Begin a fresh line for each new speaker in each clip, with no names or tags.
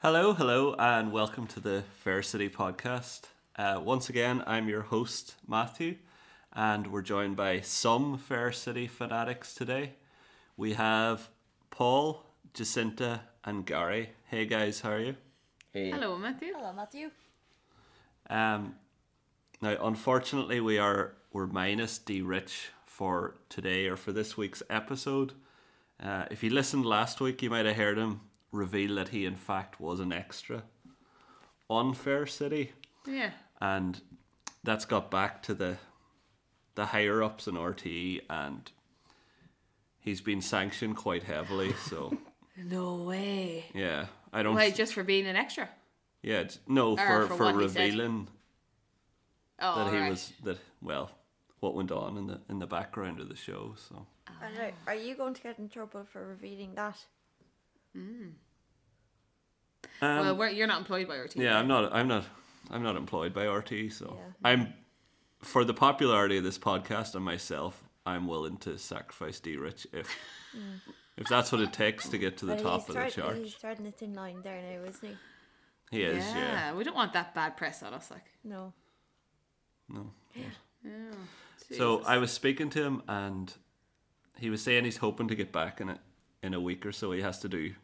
Hello, hello, and welcome to the Fair City podcast. Uh, once again, I'm your host, Matthew, and we're joined by some Fair City fanatics today. We have Paul, Jacinta, and Gary. Hey guys, how are you?
Hey.
Hello, Matthew.
Hello, Matthew.
Um, now, unfortunately, we are we're minus D Rich for today or for this week's episode. Uh, if you listened last week, you might have heard him reveal that he in fact was an extra on Fair City,
Yeah.
and that's got back to the the higher ups in RTE, and he's been sanctioned quite heavily. So
No way.
yeah, I don't.
Why, just for being an extra?
yeah, it's- no, for
Or
for,
for what he said.
revealing.
Oh,
that he
alright.
was that well what went on in the in the background of the show so
And are,
Ah.
are you going to get in trouble for revealing that?
um,
well, we're, you're not employed by your team.
yeah i'm not i'm not i'm not employed by rt so
Yeah.
i'm for the popularity of this podcast and myself i'm willing to sacrifice d rich if if that's what it takes to get to the
Well,
top
he's
of the
thread-
chart
He's threading the thin line there now, isn't he?
he is yeah,
we don't want that bad press on us. Like,
No.
no
yeah.
so
Jesus.
i was speaking to him and he was saying he's hoping to get back in it in a week or so he has to do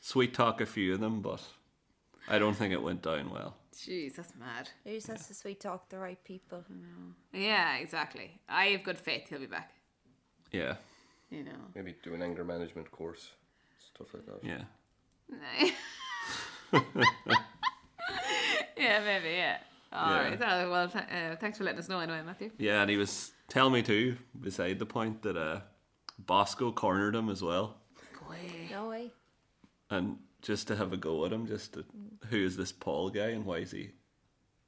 sweet talk a few of them but i don't think it went down well
Jeez, that's mad.
He just has to sweet talk the right people.
Hmm. Yeah, exactly. I have good faith he'll be back.
Yeah,
You know.
Maybe do an anger management course, stuff like that.
yeah.
yeah, maybe, yeah. All
Yeah.
right. Oh, well, th- uh, thanks for letting us know anyway, Matthew.
Yeah, and he was telling me too, beside the point, that uh, Bosco cornered him as well.
Go away.
No way.
And just to have a go at him, just to, who is this Paul guy and why is he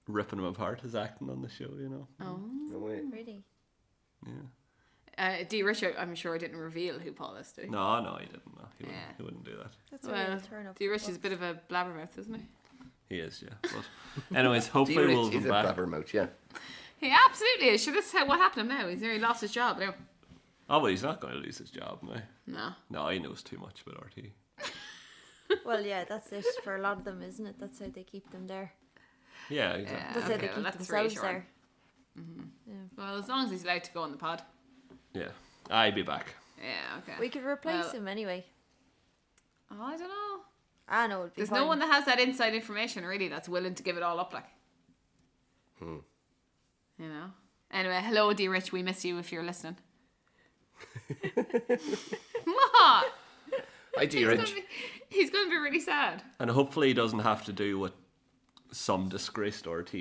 ripping him apart, his acting on the show, you know?
Oh.
No way.
Really?
Yeah.
Uh, D. Richard, I'm sure, didn't reveal who Paul is, did he?
No, no, he didn't. No, he, wouldn't,
Yeah.
he wouldn't do that.
That's a real
Well,
turn up.
D.
for
Rich is a
Bob.
bit of a blabbermouth, isn't he?
He is, yeah. But anyways, hopefully we'll
He's
be
a
back.
blabbermouth, yeah.
He absolutely is. Sure, this is how what happened to him now. He's nearly lost his job now.
Oh, well, he's not going to lose his job now.
No.
No, he knows too much about RT.
Well, yeah, that's it for a lot of them, isn't it? That's how they keep them there.
Yeah, exactly.
Yeah,
That's how
Ah, okay,
they
well,
keep
that's
themselves
reassuring.
there.
Well, as long as he's allowed to go on the pod.
Yeah. I'll be back.
Yeah, okay.
We could replace
Well-
him anyway.
oh, I don't know.
I know it'd be
There's
fine.
no one that has that inside information really that's willing to give it all up like. You know. Anyway, hello, dear Rich. We miss you if you're listening. what?
Hi, D.
He's
Rich.
gonna, be, he's gonna be really sad.
And hopefully he doesn't have to do what some disgraced RT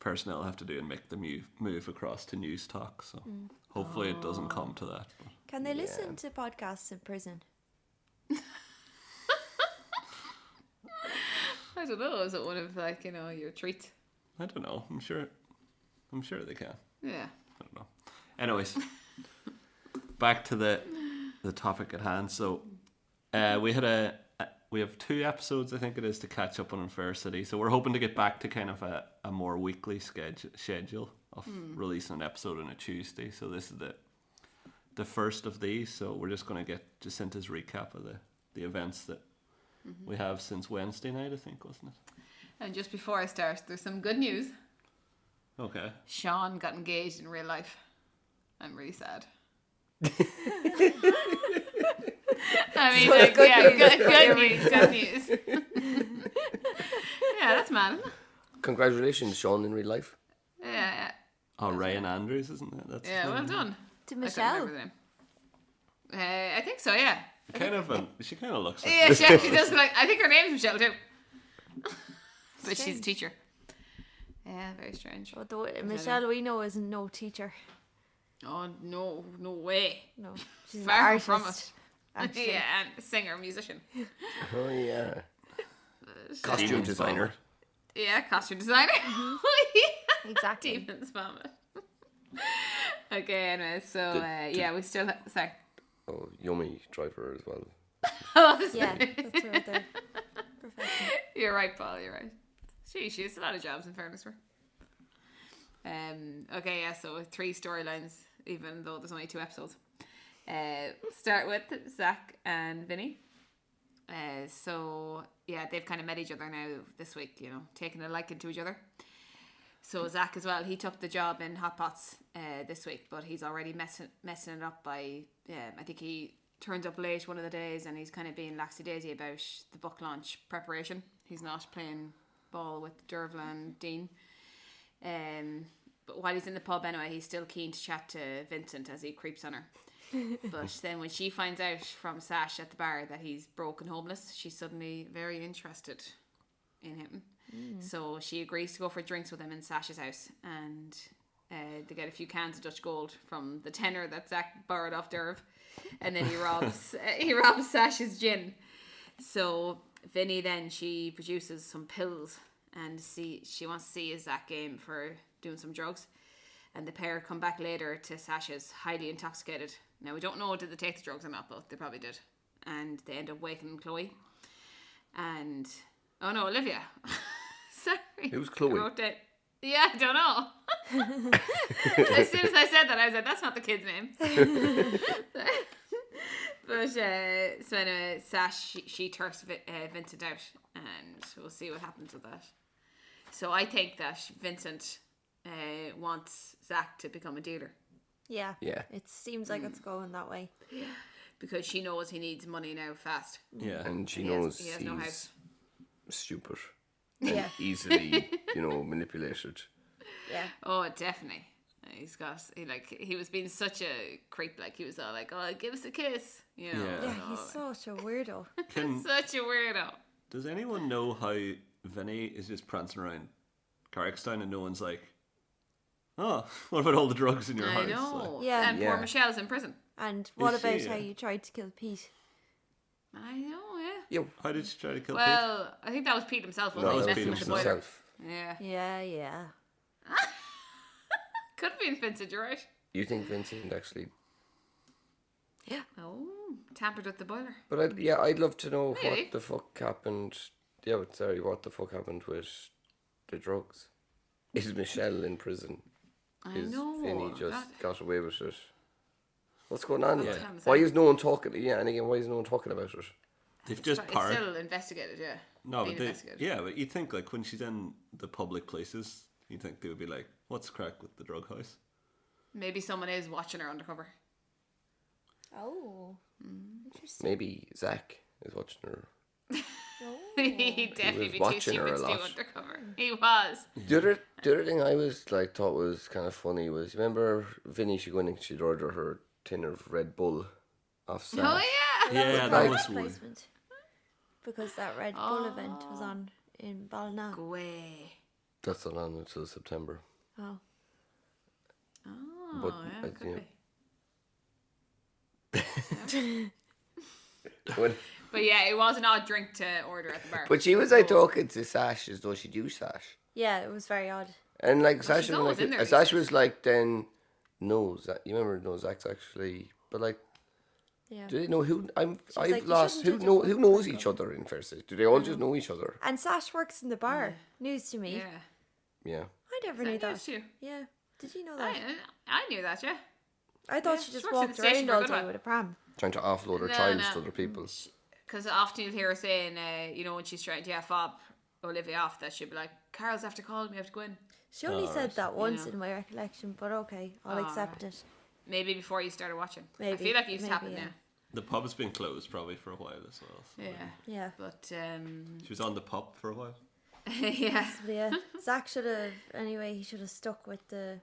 personnel have to do and make the move, move across to news talk. So hopefully it doesn't come to that. But
Can they listen to podcasts in prison?
I don't know. Is it one of like you know your treats?
I don't know. I'm sure. I'm sure they can.
Yeah.
I don't know. Anyways, back to the the topic at hand. So uh, we had a a- we have two episodes I think it is to catch up on in Fair City. So we're hoping to get back to kind of a, a more weekly schedule schedule of
Hmm.
releasing an episode on a Tuesday. So this is the the first of these. So we're just going to get Jacinta's recap of the the events that.
Mm-hmm.
We have since Wednesday night, I think, wasn't it?
And just before I start, there's some good news.
Okay.
Sean got engaged in real life. I'm really sad. I mean, like,
good
yeah,
news.
good, good news, good news. yeah, that's mad. isn't it?
Congratulations, Sean, in real life.
Yeah,
Oh, Ryan Andrews, isn't it? That's
yeah,
his
yeah, well
name.
done.
To
I can't remember
Michelle?
the name. Uh, I think so, yeah.
Kind of. A, she kind of looks. Like
Yeah, she actually does. Like, I think her name's Michelle too, but she's a teacher. Yeah, very strange.
Well, the, Michelle, we know, is no teacher.
Oh no, no way.
No. She's an
Far
artist.
from it.
actually.
yeah, and singer, musician.
Oh, yeah.
Demon
Costume designer.
Spawn.
Yeah, costume designer.
Exactly.
Demons vomit. okay, anyway, so uh, yeah, we still ha- sorry.
Oh, Yummy driver as well.
Yeah, that's her there. Professional.
you're right, Paul. You're right. She she has a lot of jobs. In fairness, to her. Um. Okay. Yeah. So with three storylines, even though there's only two episodes. Uh, start with Zach and Vinny. Uh, so yeah, they've kind of met each other now this week. You know, taking a liking to each other. So Zach as well, he took the job in Hot Pots uh, this week, but he's already messing messing it up by. Yeah, I think he turns up late one of the days, and he's kind of being lackadaisy about the book launch preparation. He's not playing ball with Dervla and Dean. Um, but while he's in the pub anyway, he's still keen to chat to Vincent as he creeps on her. but then when she finds out from Sash at the bar that he's broke and homeless, she's suddenly very interested in him. So she agrees to go for drinks with him in Sash's house, and uh, they get a few cans of Dutch Gold from the tenor that Zach borrowed off Derv, and then he robs uh, he robs Sash's gin. So Vinny then she produces some pills and see she wants to see is that game for doing some drugs. And the pair come back later to Sasha's highly intoxicated. Now we don't know did they take the drugs or not, but they probably did. And they end up waking Chloe. And oh no, Olivia. Sorry.
Who's Chloe?
I wrote it. Yeah, I don't know. as soon as I said that, I was like, that's not the kid's name. But uh, so anyway, Sash she, she turfs Vi- uh, Vincent out, and we'll see what happens with that. So I think that Vincent uh, wants Zach to become a dealer
Yeah.
Yeah.
It seems like it's going that way.
because she knows he needs money now fast.
Yeah.
And she
He has-
knows
he has no
he's
house.
stupid,
Yeah.
easily, you know, manipulated.
Yeah.
Oh, definitely. Uh, He's got he like he was being such a creep. Like he was all like, "Oh, give us a kiss," you know.
Yeah.
Yeah.
and all
He's
that.
such a weirdo.
Can,
such a weirdo.
does anyone know how Vinny is just prancing around Carrickstown and no one's like, oh, what about all the drugs in your
I
house?
know.
Like,
Yeah.
And poor
Yeah.
Michelle's in prison.
And what
Is she,
about
yeah.
how you tried to kill Pete?
I know. Yeah.
Yeah,
how did she try to kill Pete?
Well, I think that was Pete himself. Wasn't
No,
he?
it was
messing
Pete
with the boiler.
himself.
Yeah.
Yeah, yeah.
Could have been Vincent, you're right.
You think Vincent actually?
Oh, tampered with the boiler.
But I'd, yeah, I'd love to know
Maybe.
what the fuck happened. Yeah, but sorry, what the fuck happened with the drugs? Is Michelle in prison?
I
Is
know.
Vinny just
that-
got away with it? What's going on?
Yeah.
Sometimes
Why
I-
is no one talking? Yeah, and again, why is no one talking about it?
They've just
it's
parked.
still investigated, yeah.
No,
being
but they,
investigated.
yeah, but you'd think like when she's in the public places, you'd think they would be like, "What's crack with the drug house?"
Maybe someone is watching her undercover.
Oh. Interesting.
Maybe Zach is watching her.
He'd definitely be too
watching
stupid to
her a
do
lot.
undercover. He was.
The other, the other thing I was like thought was kind of funny was remember Vinny she went and she'd order her tin of Red Bull off Sash.
Oh, yeah.
Yeah, that was weird.
placement. Because that Red Bull event was
Oh.
on in Balna.
Go away.
That's not on until September.
Oh.
Oh,
But,
yeah,
uh,
could
yeah.
be.
When-
But yeah, it was an odd drink to order at the bar.
but she was like talking to Sash as though she knew Sash.
Yeah, it was very odd.
And like Sash,
she's
was
always
like,
in there,
uh, Sash
Lisa.
was like, then no, Zach, you remember no Zach's actually, but like,
Yeah.
do they know who? I'm, I've
like, "You
lost who
shouldn't judge a
know
book
who
by
knows
its
each other in Versus. Do they all
Oh.
just know each other?
And Sash works in the bar. News to me.
yeah.
Yeah.
I never
That
knew
news
that.
to you.
Yeah. Did you know that?
I, I knew that, yeah.
I thought
yeah,
she
she
just
works at
walked
the station
around
for a
all
good
day
while.
with a pram.
Trying to offload her
No,
child
no.
to other people.
Because often you'll hear her saying, uh, you know, when she's trying to yeah, fob Olivia off, that she'd be like, Carol's after calling me, I have to go in.
She only said that once
Yeah. Oh,
in my recollection, but okay, I'll accept it.
Maybe before you started watching. I
Maybe,
feel like it used to happen
maybe, yeah.
The pub's been closed probably for a while as well. so-
now. Yeah.
Yeah.
But, um,
She was on the pub for a while.
yeah.
But yeah, Zach should have, anyway, he should have stuck with the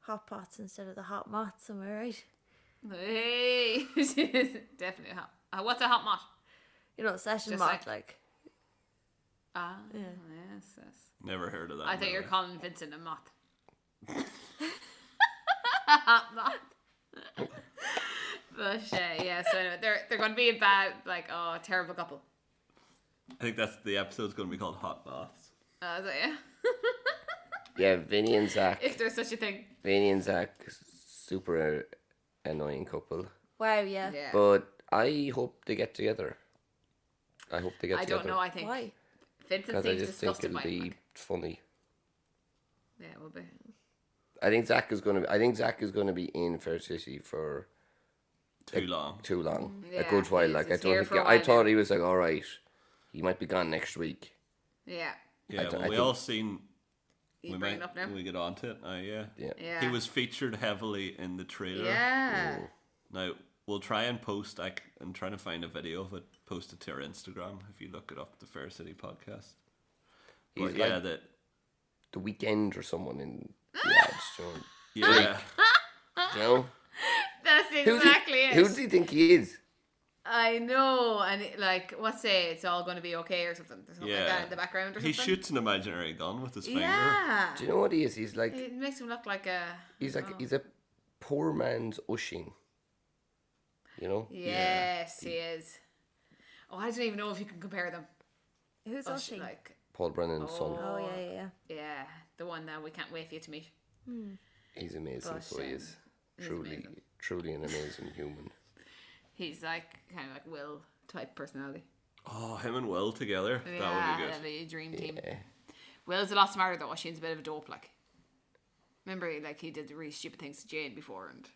hot pots instead of the hot mots, am I right?
Hey. Definitely a hot. Uh, what's a hot mot?
You know, session
Just
mot,
like-
like,
Ah,
Yeah.
yes, yes.
Never heard of that.
I
in
thought
my
you were
life.
calling Vincent a moth. hot moth. but, uh, yeah, so anyway, they're, they're going to be a bad, like, oh, terrible couple.
I think that's the episode's going to be called Hot Baths.
Uh, so, yeah.
Yeah, Vinny and Zach.
if there's such a thing.
Vinny and Zach, super annoying couple.
wow, yeah.
Yeah.
But I hope they get together. I hope they get
I
together.
don't know. I think
Why?
Vincent
Because I
seems
just think
disgusted
it'll
by
be
it. like.
funny.
Yeah, it will be.
I think Zach is gonna. Be, I think Zach is gonna be in Fair City for
too long.
too long. a
Mm, Yeah,
good while.
he's-
Like I
he's
thought,
here
he'd
for a
go- I
while
thought
now.
he was like, all right, he might be gone next week.
Yeah.
Yeah,
d-
well,
I
we
think-
all seen.
You
we
bring it
might-
up now.
We get onto it now. Yeah.
Yeah.
Yeah.
He was featured heavily in the trailer.
Yeah.
Now we'll try and post. I, am trying to find a video of it. Post it to our Instagram if you look it up. The Fair City Podcast. But
He's like
yeah, that.
the weekend or someone in the ads. So,
Yeah.
you know?
That's
Who do you-
exactly it.
Who does he think he is?
I know, and it, like, what's it? It's all going to be okay or something. There's something
Yeah.
like that in the background or
he
something.
shoots an imaginary gun with his finger.
Yeah.
Do you know what he is? He's like
It makes him look like a.
he's
Oh.
like he's a poor man's Ushing. You know?
Yes, he is. Oh, I don't even know if you can compare them.
Who's
Oh,
Oshie?
like,
Paul Brennan's son.
oh yeah, yeah, yeah.
yeah, the one that we can't wait for you to meet.
He's amazing.
Gosh,
so he is
he's
truly,
amazing.
truly an amazing human.
He's like kind of like Will type personality.
Oh, him and Will together.
yeah,
that would be good.
that'd be a dream team. Will's a lot smarter though. Shane's a bit of a dope. Like, remember, like he did really stupid things to Jane before, and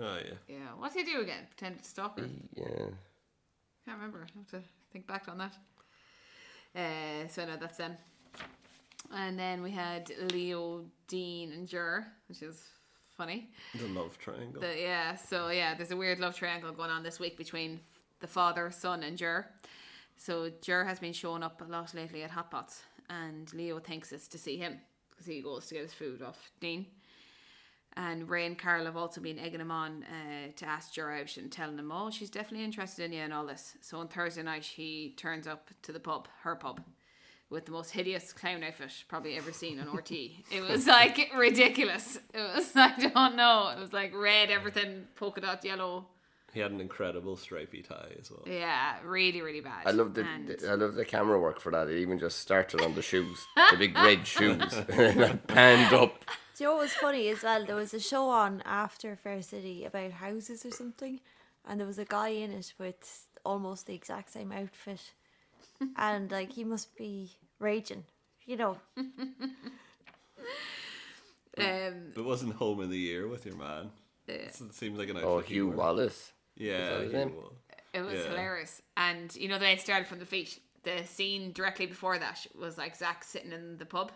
Oh yeah.
yeah, what's he do again? Pretend to stop her.
Yeah.
Can't remember. I have to think back on that. Uh, so no, that's them. And then we had Leo, Dean, and Jur, which is funny.
The love triangle.
The, yeah, so yeah, there's a weird love triangle going on this week between the father, son, and Jur. So Jur has been showing up a lot lately at Hot Pots, and Leo thinks it's to see him because he goes to get his food off Dean. And Ray and Carl have also been egging him on uh, to ask Jur out and telling him, oh, she's definitely interested in you and all this. So on Thursday night, he turns up to the pub, her pub, with the most hideous clown outfit probably ever seen on RT. it was like ridiculous. It was, I don't know. It was like red, everything, polka dot, yellow.
he had an incredible stripy tie as well.
Yeah, really, really bad.
I love the
And-
I love the camera work for that. It even just started on the shoes, the big red shoes, and panned up.
Do you know what was funny as well? There was a show on after Fair City about houses or something, and there was a guy in it with almost the exact same outfit, and like he must be raging, you know.
uh,
Um,
It wasn't home of the year with your man.
Yeah.
It seems like an outfit
Oh,
he'd
Hugh
wear.
Wallace.
Yeah.
that his
Hugh
name?
Wall-
It was
Yeah.
hilarious. And you know, they had started from the feet. The scene directly before that was like Zach sitting in the pub.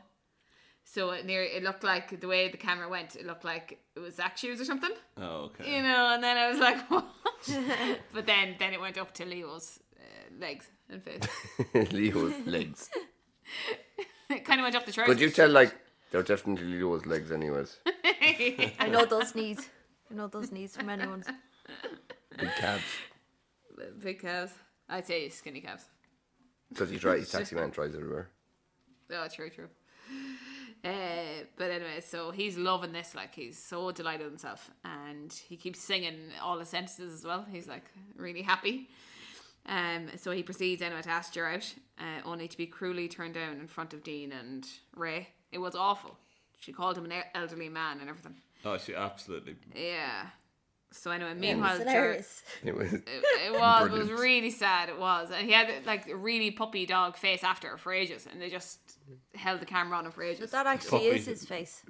So it near it looked like the way the camera went, it looked like it was Zach's shoes or something.
Oh, okay.
You know, and then I was like, what? but then then it went up to Leo's uh, legs and face.
Leo's legs.
it kind of went up the trousers.
Could you tell? Like they're definitely Leo's legs, anyways.
I know those knees. I know those knees from anyone's.
Big calves.
Big calves. I'd say skinny calves.
Because he drives. Taxi man drives everywhere.
Oh, true, true. Uh, but anyway, so he's loving this. Like he's so delighted with himself, and he keeps singing all the sentences as well. He's like really happy. Um, so he proceeds anyway to ask her out, uh, only to be cruelly turned down in front of Dean and Ray. It was awful. She called him an el- elderly man and everything.
Oh, she absolutely.
Yeah. So anyway,
It
meanwhile,
was
Ger-
hilarious.
It was.
it, it was. It was
Brilliant.
really sad. It was, and he had like a really puppy dog face after her for ages, and they just held the camera on him for ages.
But that actually is
Puppy.
his face.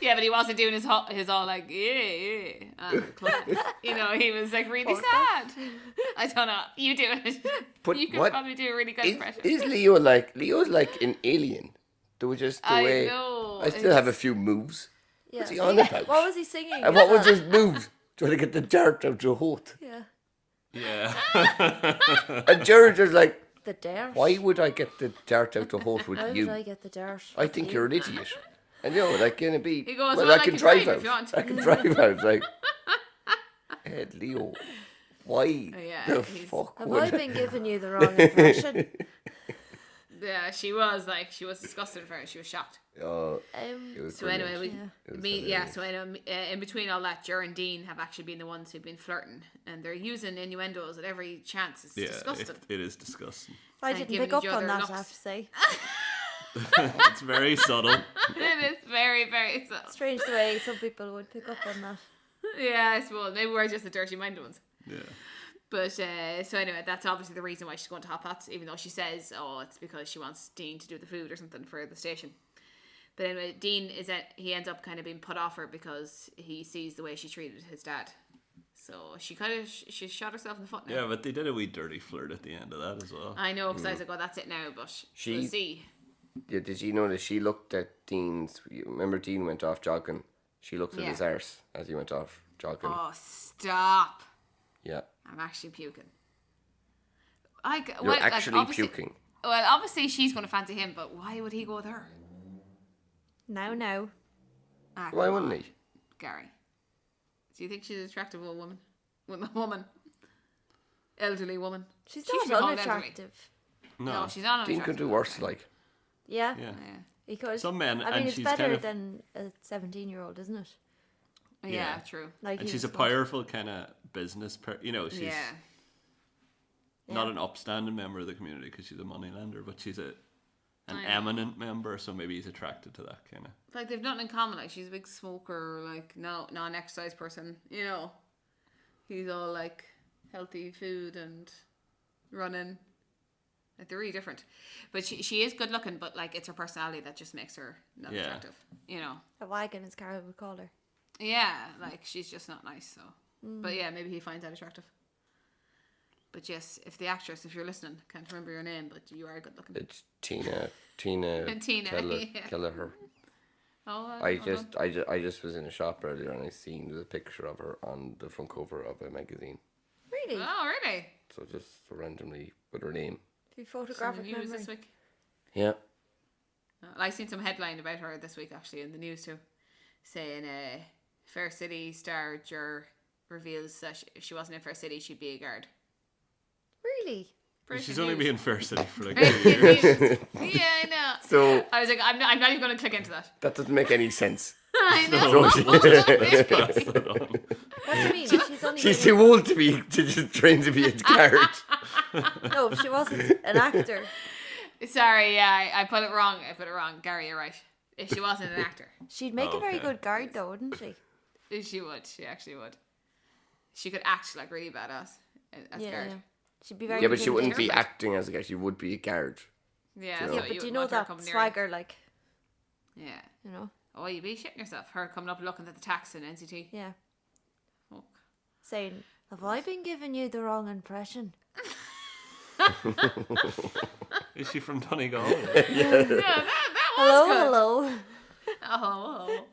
Yeah, but he wasn't doing his all, his all like yeah, yeah. Um, you know, he was like really sad. I don't know. You do it.
But
you could
what-
probably do a really good
Is,
impression.
is Leo like Leo's like an alien? There was just the
I
way.
know,
I still have a
it's-
few moves.
Yeah.
What's he on about?
What was he singing?
And what was his moves? Trying to get the dirt out your hoot.
Yeah.
Yeah.
And Jared is like,
The dirt.
why would I get the dirt out the hoot with
How
you?
did I get the dirt?
I think
You?
you're an idiot. And you know, like gonna be.
He goes,
well,
"Well,
I,
I
can
can
drive
drive
out.
if you want."
I can drive out. Like, hey, Leo, why
Oh, yeah,
the
he's-
fuck
Have
would
I been giving you the wrong impression?
yeah, she was like she was disgusted for her. She was shocked.
Oh,
Um,
it was
So
brilliant.
anyway,
It
we,
was
me, yeah.
hilarious.
So I know, uh, in between all that, Jer and Dean have actually been the ones who've been flirting, and they're using innuendos at every chance. It's
Yeah.
disgusting.
It, it is disgusting.
I
and
didn't
giving
pick up
each other
on that, I
looks.
have to say.
It's very subtle.
it is very, very. So,
Strange the way some people would pick up on that.
yeah, I suppose maybe we're just the dirty-minded ones.
Yeah.
But uh, so anyway, that's obviously the reason why she's going to Hot Pots, even though she says, "Oh, it's because she wants Dean to do the food or something for the station." But anyway, Dean is at he ends up kind of being put off her because he sees the way she treated his dad. So she kind of sh- she shot herself in the foot. Now.
Yeah, but they did a wee dirty flirt at the end of that as well.
I know because I was like, well, that's it now, but
Mm. She-
we'll see.
Yeah, did you notice she looked at Dean's? you Remember, Dean went off jogging. She looked at
Yeah.
his arse as he went off jogging.
Oh, stop!
yeah,
I'm actually puking. I g-
you're
well, like,
actually
obviously-
puking.
Well, obviously she's going to fancy him, but why would he go with her?
Now, now.
Ah,
Why
come
wouldn't
on,
he?
Gary, do you think she's an attractive old woman? Woman, woman, elderly woman.
She's
She
not
should hold out to me.
unattractive.
No, she's not
Dean
unattractive.
could do worse. Like,
Yeah,
Yeah.
Yeah.
he could.
Some men-
I mean,
and
it's
she's
better
kind of-
than a seventeen-year-old, isn't it?
Yeah,
Yeah.
true.
Like,
And
he
she's a
was not-
powerful kind of business per You know, she's
yeah,
not
Yeah.
an upstanding member of the community because she's a moneylender, but she's a an
I know.
eminent member, so maybe he's attracted to that kind of.
like they've nothing in common. Like she's a big smoker, like no non-exercise person. You know, he's all like healthy food and running. Like they're really different, but she she is good looking. But like it's her personality that just makes her not
Yeah.
attractive. You know.
A wagon, as Carol would call her.
Yeah, like she's just not nice. So, but yeah, maybe he finds that attractive. But yes, if the actress, if you're listening, can't remember your name, but you are good looking.
it's Tina. Tina.
Tina,
Keller,
yeah.
Kelleher.
Oh,
I
don't know.
just, I just, I just was in a shop earlier and I seen the picture of her on the front cover of a magazine.
Really?
Oh, really?
So just randomly with her name.
Through
It's in the
photographic
news
memory.
this week.
Yeah.
Uh, I seen some headline about her this week actually in the news too, saying uh, Fair City star Jer reveals that she, if she wasn't in Fair City, she'd be a guard.
Really?
Pretty
She's only
news.
being fair city for like two years.
yeah, I know.
So
I was like, I'm not, I'm not even going to click into that.
that doesn't make any sense.
I know.
No, she-
What the heck?
Pass it on.
What do you mean? She's only
She's
been-
too old to be to just train to be a guard.
no. If she wasn't an actor,
Sorry, yeah, I, I put it wrong. I put it wrong. Gary, you're right. If she wasn't an actor,
she'd make
Oh,
a very
okay.
good guard, though, wouldn't she?
she would. She actually would. She could act like really badass. As as
Yeah,
Garrett.
yeah. She'd be very.
yeah, but she wouldn't be
intimidating.
acting as a guard. She would be a guard.
Yeah,
Yeah,
so you
Yeah, but do you
wouldn't
know
want her
that
coming near you.
swagger, like
Yeah.
you know?
Oh, you'd be shitting yourself. Her coming up looking at the tax in NCT.
Yeah,
Fuck.
saying, "Have I been giving you the wrong impression?"
Is she from Donegal?
Yeah, that, that was
Hello,
good.
hello.
Oh, hello.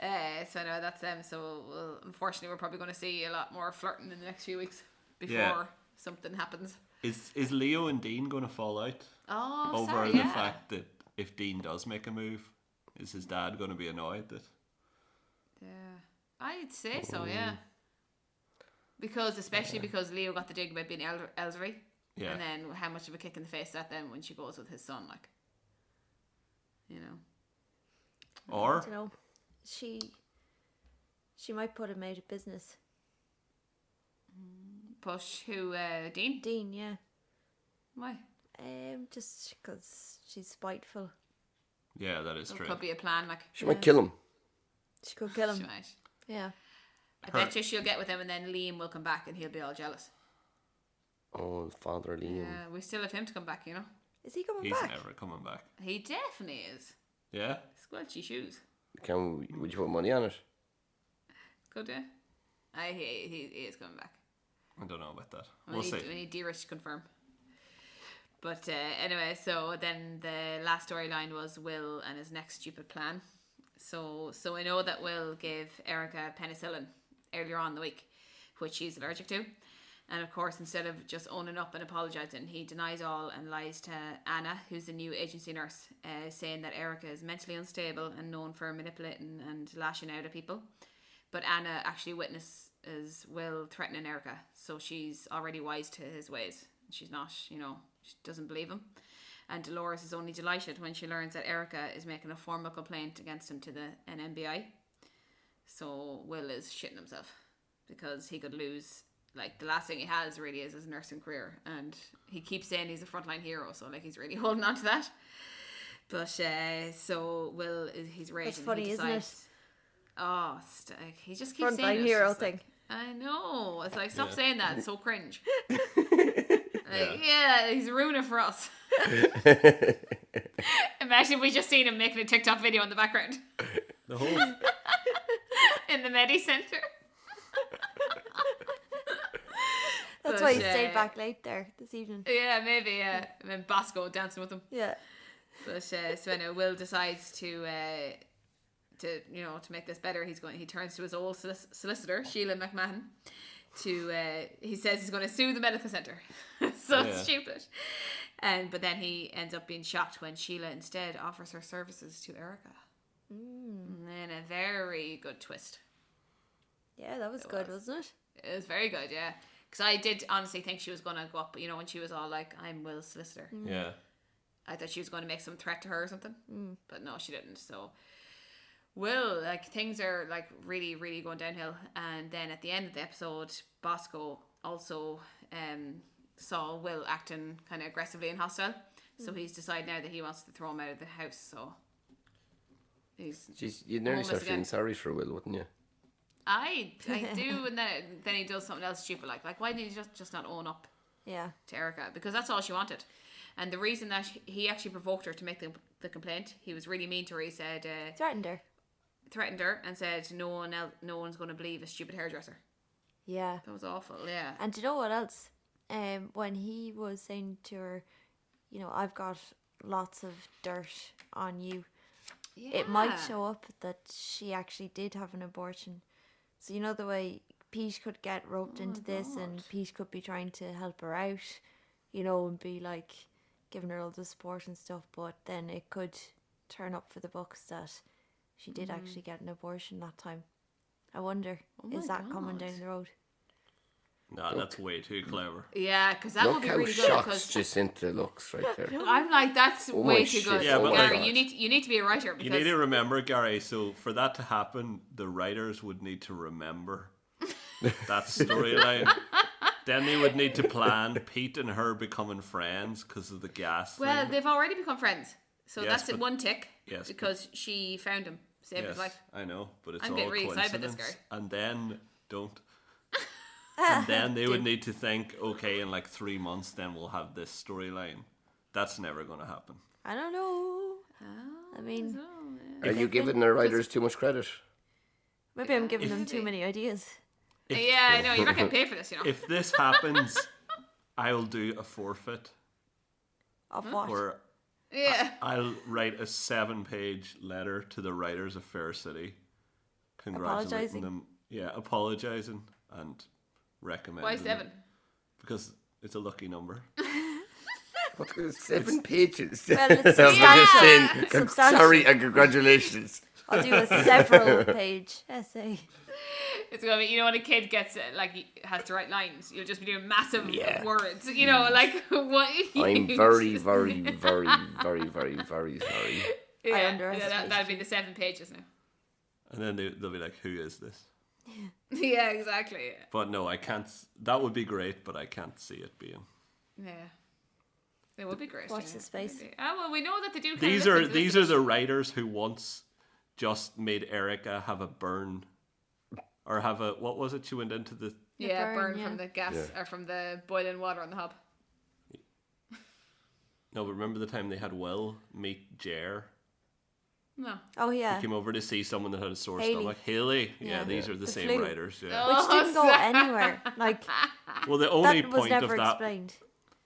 Uh, so no, that's them. So well, unfortunately, we're probably going to see a lot more flirting in the next few weeks before
Yeah.
something happens.
is is Leo and Dean going to fall out
Oh,
over
sorry,
the
yeah.
fact that if Dean does make a move, is his dad going to be annoyed that?
Yeah, I'd say so. Yeah, because especially because Leo got the dig about being elder- elderly,
Yeah.
and then how much of a kick in the face that then when she goes with his son, like, you know,
Or
You know, she she might put him out of business.
push who uh, Dean?
Dean, yeah,
Why?
um, just because she's spiteful,
yeah, that is
There
true.
could be a plan, like.
She might kill him.
she could kill
She
him.
might.
Yeah,
I
Her-
bet you she'll get with him, and then Liam will come back, and he'll be all jealous.
Oh, Father Liam.
Yeah, we still have him to come back, you know.
is he coming
He's
back?
never coming back.
He definitely is.
Yeah,
Squelchy shoes.
Can we, would you put money on it?
Could you? I he, he, he is coming back.
I don't know about that.
We
We'll
need,
see.
We need Deerish to confirm. But uh, anyway, so then the last storyline was Will and his next stupid plan. So so I know that Will gave Erica penicillin earlier on in the week, which she's allergic to. And of course, instead of just owning up and apologizing, he denies all and lies to Anna, who's the new agency nurse, uh, saying that Erica is mentally unstable and known for manipulating and lashing out at people. But Anna actually witnesses Will threatening Erica, so she's already wise to his ways. She's not, you know, she doesn't believe him. And Dolores is only delighted when she learns that Erica is making a formal complaint against him to the NMBI. So Will is shitting himself because he could lose. Like the last thing he has really is his nursing career, and he keeps saying he's a frontline hero, so like he's really holding on to that. But uh, so Will is he's raging. He
funny, isn't it?
decides- Oh, st- like, he just keeps saying
Frontline
it. It's
hero
just like-
thing.
I know. It's like stop saying that. It's so cringe. Like, yeah. he's ruining it for us. Imagine if we just seen him making a TikTok video in the background
The whole
in the Medi Center.
That's
But,
why he
uh,
stayed back late there this evening.
Yeah, maybe. Yeah, and then Bosco dancing with him.
Yeah.
But uh, so anyway, Will decides to uh, to you know to make this better. He's going. He turns to his old solic- solicitor, Sheila McMahon. To uh, he says he's going to sue the medical center. so
Yeah.
stupid. And but then he ends up being shocked when Sheila instead offers her services to Erica. Mm. And a very good twist.
Yeah, that was good,
was.
was. not it?
It was very good, yeah. Because I did honestly think she was going to go up. You know, when she was all like, "I'm Will's solicitor."
yeah.
I thought she was going to make some threat to her or something, but no, she didn't. So, Will, like things are like really, really going downhill. And then at the end of the episode, Bosco also um, saw Will acting kind of aggressively and hostile. So he's decided now that he wants to throw him out of the house. So he's,
Jeez, you'd nearly
Almost
start
again.
feeling sorry for Will, wouldn't you?
I, I do, and then then he does something else stupid. Like, why didn't he just just not own up?
Yeah.
to Erica because that's all she wanted. And the reason that she- he actually provoked her to make the, the complaint, he was really mean to her. He said, uh,
Threatened her.
threatened her and said, "No one else, no one's going to believe a stupid hairdresser."
Yeah.
That was awful. Yeah,
And do you know what else? Um, when he was saying to her, you know, I've got lots of dirt on you, it might
Yeah.
show up that she actually did have an abortion. So you know the way Pete could get
Oh
roped into this, and Pete could be trying to help her out, you know, and be like giving her all the support and stuff. But then it could turn up for the books that she did
Mm-hmm.
actually get an abortion that time. I wonder,
Oh my
is that coming
God.
down the road?
No, that's way too clever.
Yeah, because that would
Look
be
how
really good.
shocked
Because
Jacinta looks right there.
I'm like, that's
my
way too
shit,
good.
oh my
Gary,
God.
you need you need to be a writer
You
because
need to remember, Gary. So for that to happen, the writers would need to remember that storyline. then they would need to plan Pete and her becoming friends because of the gas.
well,
thing.
they've already become friends, so
Yes,
that's it
but-
one tick.
yes, but-
because she found him, saved
yes,
his life.
I know, but it's
I'm
all
getting really excited about this,
coincidence.
Gary.
And then don't. and then they would need to think, okay, in like three months, then we'll have this storyline. That's never going to happen.
I don't know.
Ah,
I mean,
Are you giving the writers too much credit?
Maybe I'm giving them too
Maybe.
many ideas.
yeah, I know you're not getting paid for this, you know.
If this happens, I will do a forfeit
Of what?
or
yeah.
I'll write a seven page letter to the writers of Fair City, congratulating
Apologising.
them. Yeah, apologizing and recommending.
Why
it.
seven?
Because it's a lucky number.
What, seven pages.
Well, it's
I'm just
substantial.
saying,
It's
con-
substantial.
sorry and congratulations.
I'll do a several page essay.
It's gonna be you know when a kid gets it, like he has to write lines, you'll just be doing massive
Yeah. Mm.
words. You know, like what?
I'm
huge-
very, very, very, very, very, very sorry.
Yeah, yeah,
underestimated
that, that'd be the seven pages now.
And then they, they'll be like, who is this?
yeah, exactly.
But no, I can't. s- That would be great, but I can't see it being.
Yeah, it would be great.
Watch
yeah.
the space.
Ah, well, we know that they do. Kind
These
of listen
are
to
these
this.
are the writers who once just made Erica have a burn, or have a what was it? She went into the
yeah
burn,
burn,
yeah.
from the gas
Yeah.
or from the boiling water on the hob.
no, but remember the time they had Will meet Jer
No,
Oh yeah,
came over to see someone that had a sore
Haley.
stomach. Haley. Yeah,
Yeah.
these are the,
The
same
flu.
writers. Yeah.
which didn't go anywhere. Like
Well, the only
that was
point of
never
that,
explained.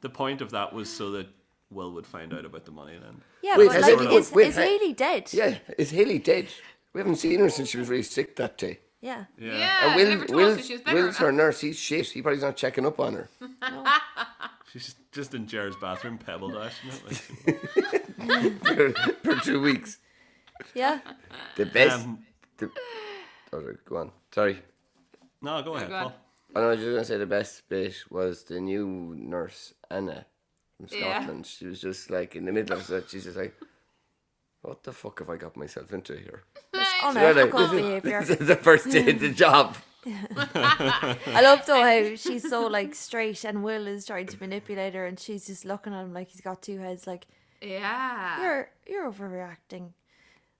the point of that was so that Will would find out about the money. Then
Yeah,
Wait,
but
has
like,
everyone-
is,
wait,
is
ha-
Haley dead?
Yeah, is Haley dead? We haven't seen her since she was really sick that day.
Yeah.
yeah,
And
they
Uh, Will,
never told
Will,
us if she was better. or
Will's her
not.
nurse. He's shit. He probably's not checking up on her.
she's just, just in Jer's bathroom, pebble dashing it. Like,
for, for two weeks.
Yeah.
The best.
um,
the, oh, sorry, go on. Sorry. Oh,
no, go ahead,
go on.
Paul.
I know I was just gonna say the best bit was the new nurse Anna from
Yeah.
Scotland. She was just like in the middle of that. She's just like, "What the fuck have I got myself into here?" They're like,
Unethical
this, is,
behavior.
this is the first day of the job.
I love though how she's so like straight, and Will is trying to manipulate her, and she's just looking at him like he's got two heads. Like
Yeah.
you're you're overreacting.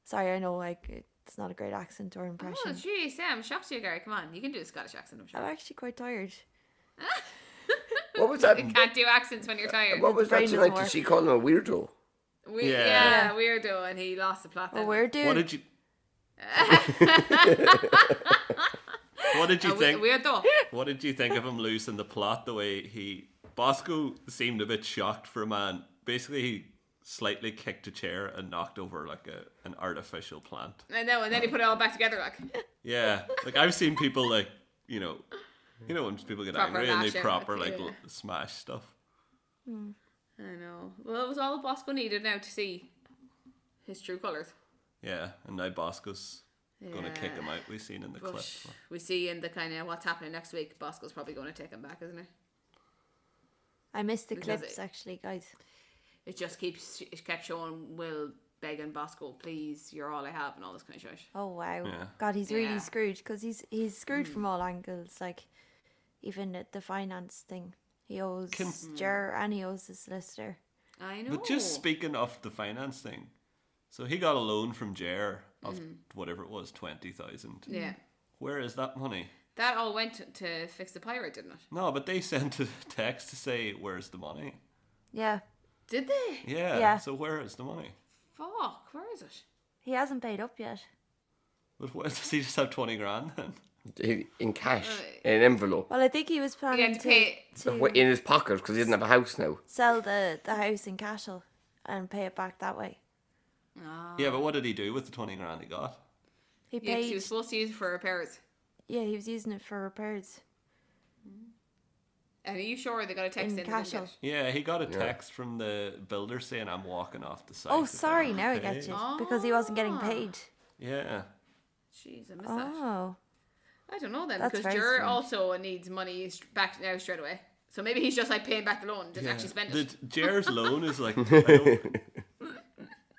Sorry, I know like it's not a great accent or
Oh,
impression.
Uh,
jeez, yeah, I'm shocked you, Gary. Come on, you can do a Scottish accent, I'm sure.
I'm actually quite tired.
What was that?
You can't do accents when you're tired.
What was that
brain
tonight?
doesn't
Did
work.
she call him a weirdo?
We,
Yeah.
yeah. weirdo, and he lost the plot.
Well,
Then.
we're doing.
What did you? what did you
A
think?
Uh, we- weirdo.
What did you think of him losing the plot the way he Bosco seemed a bit shocked for a man. Basically he slightly kicked a chair and knocked over like a an artificial plant.
I know, and then he put it all back together. Like,
Yeah. Like I've seen people like, you know you know when people get
Proper
angry and
lash
they
out,
proper
like,
like
yeah.
l- smash stuff.
I know. Well, it was all Bosco needed now to see his true colors.
Yeah. And now Bosco's gonna kick
Yeah.
him out, we seen in the clip.
But we see in the kind of what's happening next week, Bosco's probably going to take him back, isn't it?
I missed the
Because
clips
it-
actually, guys.
It just keeps it kept showing Will begging Bosco, please, you're all I have, and all this kind of shit.
Oh wow!
Yeah.
God, he's really
Yeah. Mm.
screwed because he's he's screwed from all angles. Like even at the finance thing, he owes
Mm.
Can-
Jer and he owes the solicitor.
I know.
But just speaking of the finance thing, so he got a loan from Jer of whatever it was, twenty thousand.
Mm. Yeah.
Where is that money?
That all went to, to fix the pirate, didn't it?
No, but they sent a text to say, "Where's the money?"
Yeah,
Did they?
Yeah.
Yeah.
So where is the money?
Fuck, where is it?
he hasn't paid up yet.
But what, does he just have twenty grand then?
He- In cash,
Uh,
in an envelope,
Well, I think he was
He
planning
had to
to,
pay.
to
in his pocket because he didn't have a house now.
sell the the house in Cashel and pay it back that way.
Ah.
Yeah, but what did he do with the twenty grand he got?
He
Yeah, 'cause
paid.
he was supposed to use it for repairs.
yeah, he was using it for repairs.
And are you sure they got a text
In
in? they didn't
Cashel.
get
Yeah, he got a text from the builder saying, "I'm walking off the site."
Oh,
if I
sorry.
don't
Now I
pay."
get you because he wasn't getting
Ah.
paid.
Yeah.
it? Jeez, I missed that.
Oh,
I don't know then
That's
because
very
Jer
strange.
also needs money st- back now straight away. So maybe he's just like paying back the loan, didn't
yeah.
actually spend
The
it.
Jer's loan is like. I don't-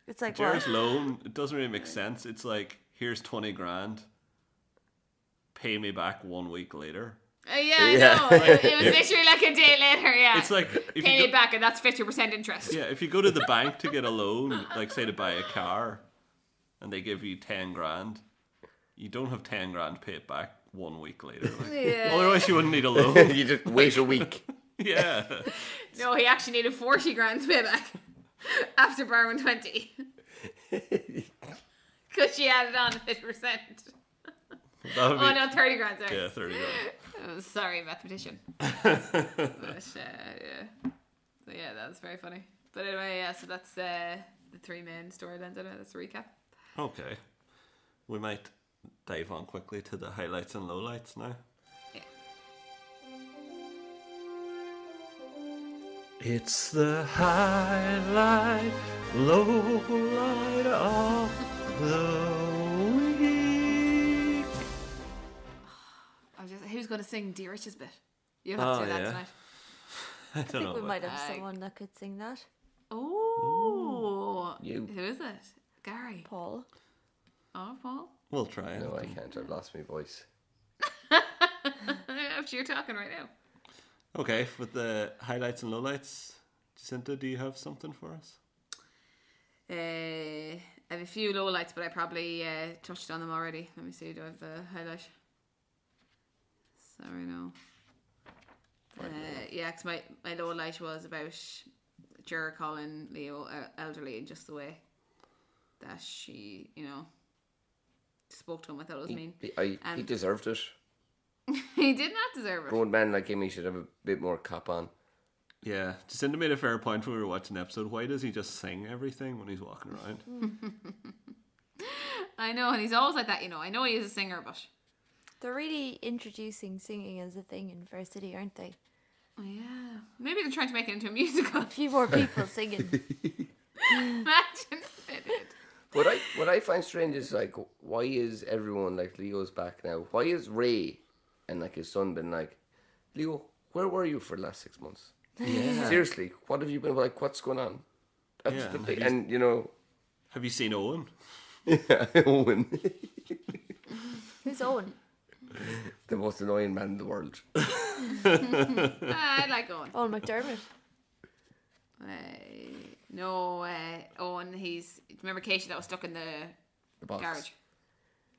it's like
Jared's
what?
loan it doesn't really make sense. It's like here's twenty grand, pay me back one week later.
Uh, yeah, I
Yeah.
know. It, it was literally like a day later. Yeah,
It's like if
paying
you
it
go,
back, and that's fifty percent interest.
yeah, if you go to the bank to get a loan, like say to buy a car, and they give you ten grand, you don't have ten grand pay it back one week later. Like,
Yeah.
Otherwise, you wouldn't need a loan.
you just wait a week.
yeah,
No, he actually needed forty grand to pay back after borrowing twenty because she added on fifty percent.
that would be
Oh no, thirty grand. Sorry,
yeah, thirty grand.
Oh, sorry, mathematician. but, uh, yeah. So, yeah, that was very funny. But anyway, yeah. So that's uh, the three main storylines. Anyway, that's a recap.
Okay, we might dive on quickly to the highlights and lowlights now. It's the highlight, low light of the week.
I was just, who's going to sing Dear Rich's bit? You'll have
Oh,
to do that
yeah.
tonight.
I
I
don't
think
know.
we
about-
might have
Like-
someone that could sing that.
Oh,
You.
Who is it? Gary.
Paul.
Oh, Paul.
We'll try it.
No, I can't. I've lost my voice.
After you're talking right now.
Okay, with the highlights and lowlights, Jacinta, do you have something for us?
Uh, I have a few lowlights, but I probably uh, touched on them already. Let me see. Do I have the highlight? Sorry, no. Uh, yeah, 'cause my, my lowlight was about Jer calling Leo uh, elderly and just the way that she, you know, spoke to him. I thought it was mean.
He, I, he
Um,
deserved it.
he did not deserve it.
Grown man like him, he should have a bit more cap on.
Yeah, Jacinta made a fair point when we were watching the episode. Why does he just sing everything when he's walking around?
I know, and he's always like that, you know. I know he is a singer, but
They're really introducing singing as a thing in Varsity, aren't they?
yeah, maybe they're trying to make it into a musical.
A few more people singing.
Imagine if they did.
What I what I find strange is like, why is everyone like Leo's back now? Why is Ray and like his son been like, Leo, where were you for the last six months? Seriously, what have you been like? What's going on? That's
Yeah,
the
like
big,
he's-
and you know,
Have you seen Owen?
Owen,
Who's Owen?
the most annoying man in the world.
I like Owen.
Owen McDermott.
Uh, no, uh, Owen. He's remember Katie that was stuck in the
The boss.
garage,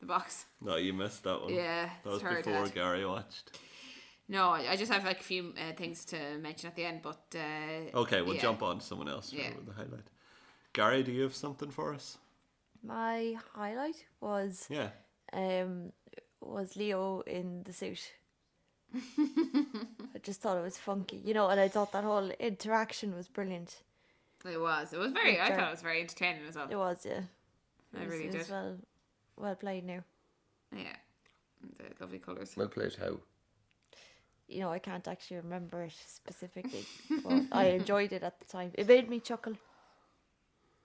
the box.
No, you missed that one.
Yeah,
that was
it's her
before
dad.
Gary watched.
No, I I just have like a few uh, things to mention at the end, but uh,
Okay, we'll
yeah.
jump on to someone else
Yeah.
with the highlight. Gary, do you have something for us?
My highlight was
Yeah.
um was Leo in the suit. I just thought it was funky, you know, and I thought that whole interaction was brilliant.
It was. It was very. I
Okay.
thought it was very entertaining as well.
It was, yeah. It
I
was,
really
it was
did.
well, well played now.
Yeah, the lovely colours.
Well played, how?
You know, I can't actually remember it specifically, but I enjoyed it at the time. It made me chuckle,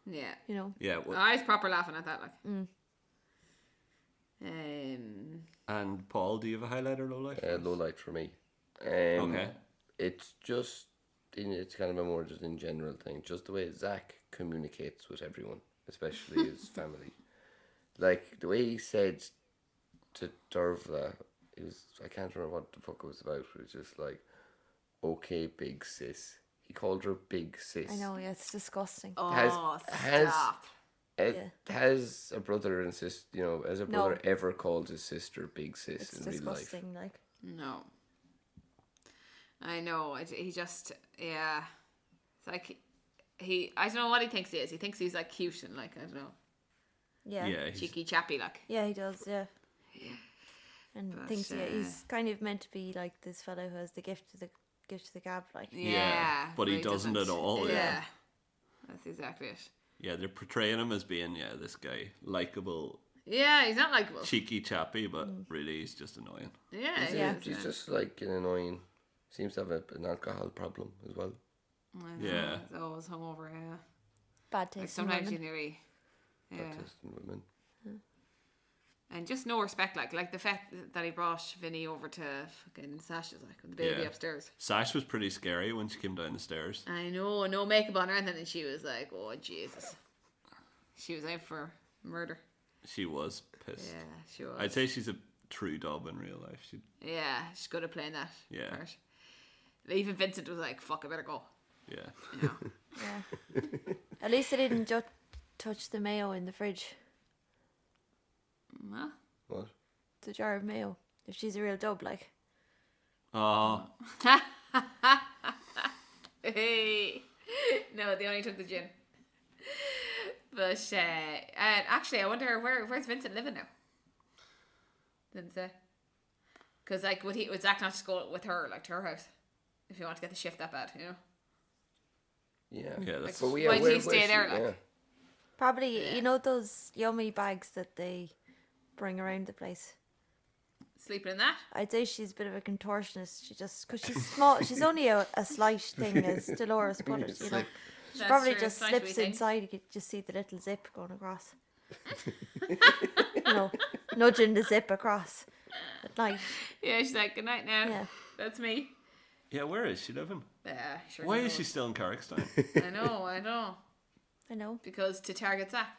Yeah,
you know.
Yeah. Well,
I was proper laughing at that. Like,
Mm.
um,
and Paul, do you have a highlight or low life?
Uh, low light for me. Um,
Okay.
It's just, in, it's kind of a more just in general thing. Just the way Zach communicates with everyone, especially his family. Like the way he said to Dervla, it was I can't remember what the fuck it was about. It was just like, okay, big sis. He called her big sis.
I know, yeah, it's disgusting.
oh,
Has- has-
stop.
It,
Yeah.
Has a brother and sister, you know, has a
No.
brother ever called his sister big sis
it's
in real life?
disgusting, like.
No. I know. I, he just, yeah. It's like, he, I don't know what he thinks he is. He thinks he's like cute and like, I don't know,
Yeah.
Yeah. he's-
cheeky chappy like.
Yeah, he does, yeah. And
But,
thinks yeah,
uh,
he's kind of meant to be like this fellow who has the gift of the gift of the gab, like
Yeah.
but he doesn't at all, yeah.
That's exactly it.
Yeah, they're portraying him as being yeah this guy likable,
Yeah, he's not likable.
cheeky, chappy, but
Mm.
really he's just annoying.
Yeah, he
Yeah.
is,
She's just like an annoying. Seems to have a, an alcohol problem as well.
I know,
Yeah.
He's always hungover, yeah.
bad
Like
taste. in
sometimes you
women.
nearly. Yeah.
Autistic women.
And just no respect, like like the fact that he brought Vinny over to fucking Sasha's, like with the baby
Yeah.
upstairs.
Sash was pretty scary when she came down the stairs.
I know, no makeup on or anything, and she was like, "Oh Jesus," she was out for murder.
She was pissed.
Yeah, she was.
I'd say she's a true dob in real life. She
yeah, she's good at playing that
Yeah.
part. Even Vincent was like, "Fuck, I better go."
yeah.
You know?
Yeah. At least I didn't ju- touch the mayo in the fridge,
Huh?
What?
the jar of mayo. If she's a real dub, like
Oh,
Hey. no, they only took the gin. But uh, uh, actually, I wonder where where's Vincent living now? Didn't say. Because like, would he would Zach not just go with her like to her house if you want to get the shift that bad? You know.
Yeah.
yeah. That's
But we-
Why did
where-
he stay
where
there,
she-
like?
yeah.
probably you know those yummy bags that they bring around the place.
Sleeping in that?
I'd say she's a bit of a contortionist. She just because she's small, she's only a, a slight thing, as Dolores put it. You know, she
That's
probably
true, it's
just
nice we
slips
think.
inside. You could just see the little zip going across. you know, nudging the zip across at night.
Yeah, she's like, good night now.
Yeah.
That's me.
yeah. Where is she living?
Yeah, sure.
Why
no.
is she still in Carrickstown?
I know, I know.
I know.
Because to target Zach.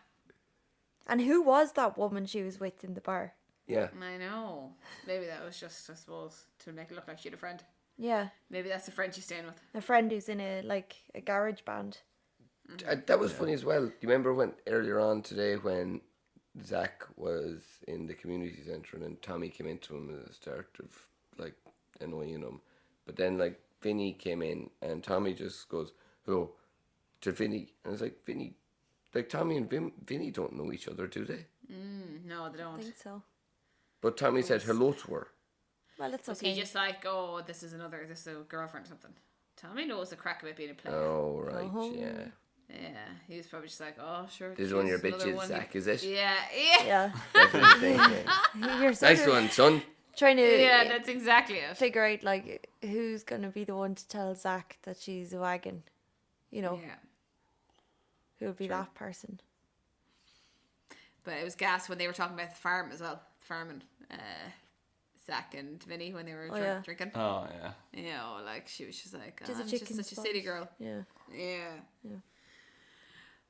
And who was that woman she was with in the bar?
Yeah.
I know. Maybe that was just, I suppose, to make it look like she had a friend.
Yeah,
Maybe that's the friend she's staying with.
a friend who's in a like a garage band.
Mm-hmm.
Uh, that was funny as well. Do you remember when earlier on today when Zach was in the community centre and then Tommy came into him and started like annoying him, but then like Vinny came in and Tommy just goes hello to Vinny and it's like Vinny, like Tommy and Vin- Vinny don't know each other, do they?
No, they
I
don't.
think so.
But Tommy said hello to her.
Well, it's
Was
okay.
he just like, oh, this is another, this is a girlfriend or something? Tommy knows the crack about being a player.
Oh right,
Oh.
yeah.
Yeah, he was probably just like, oh, sure.
This is one of your
choose another
bitches,
one."
Zach, is it?
Yeah, yeah.
Yeah,
That's what I'm saying, yeah.
you're sort
nice
of
one, son.
Trying to
Yeah, that's exactly it.
figure out like who's gonna be the one to tell Zach that she's a wagon. You know,
Yeah.
who would be that person?
But it was gas when they were talking about the farm as well. Farming. Uh, Zach and Vinny when they were
Oh,
drink,
yeah.
drinking.
oh yeah.
You know, like she was just like,
She's
"Ah,
a
I'm
chicken
just such a city
sponge."
girl.
Yeah,
Yeah.